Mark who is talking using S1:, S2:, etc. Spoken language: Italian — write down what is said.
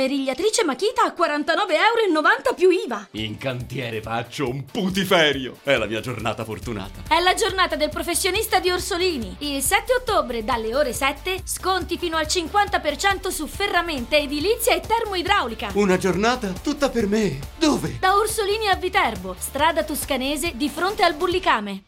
S1: Smerigliatrice Makita a 49,90 euro più IVA.
S2: In cantiere faccio un putiferio. È la mia giornata fortunata.
S1: È la giornata del professionista di Orsolini. Il 7 ottobre dalle ore 7 sconti fino al 50% su ferramenta, edilizia e termoidraulica.
S2: Una giornata tutta per me. Dove?
S1: Da Orsolini a Viterbo, strada toscanese di fronte al Bullicame.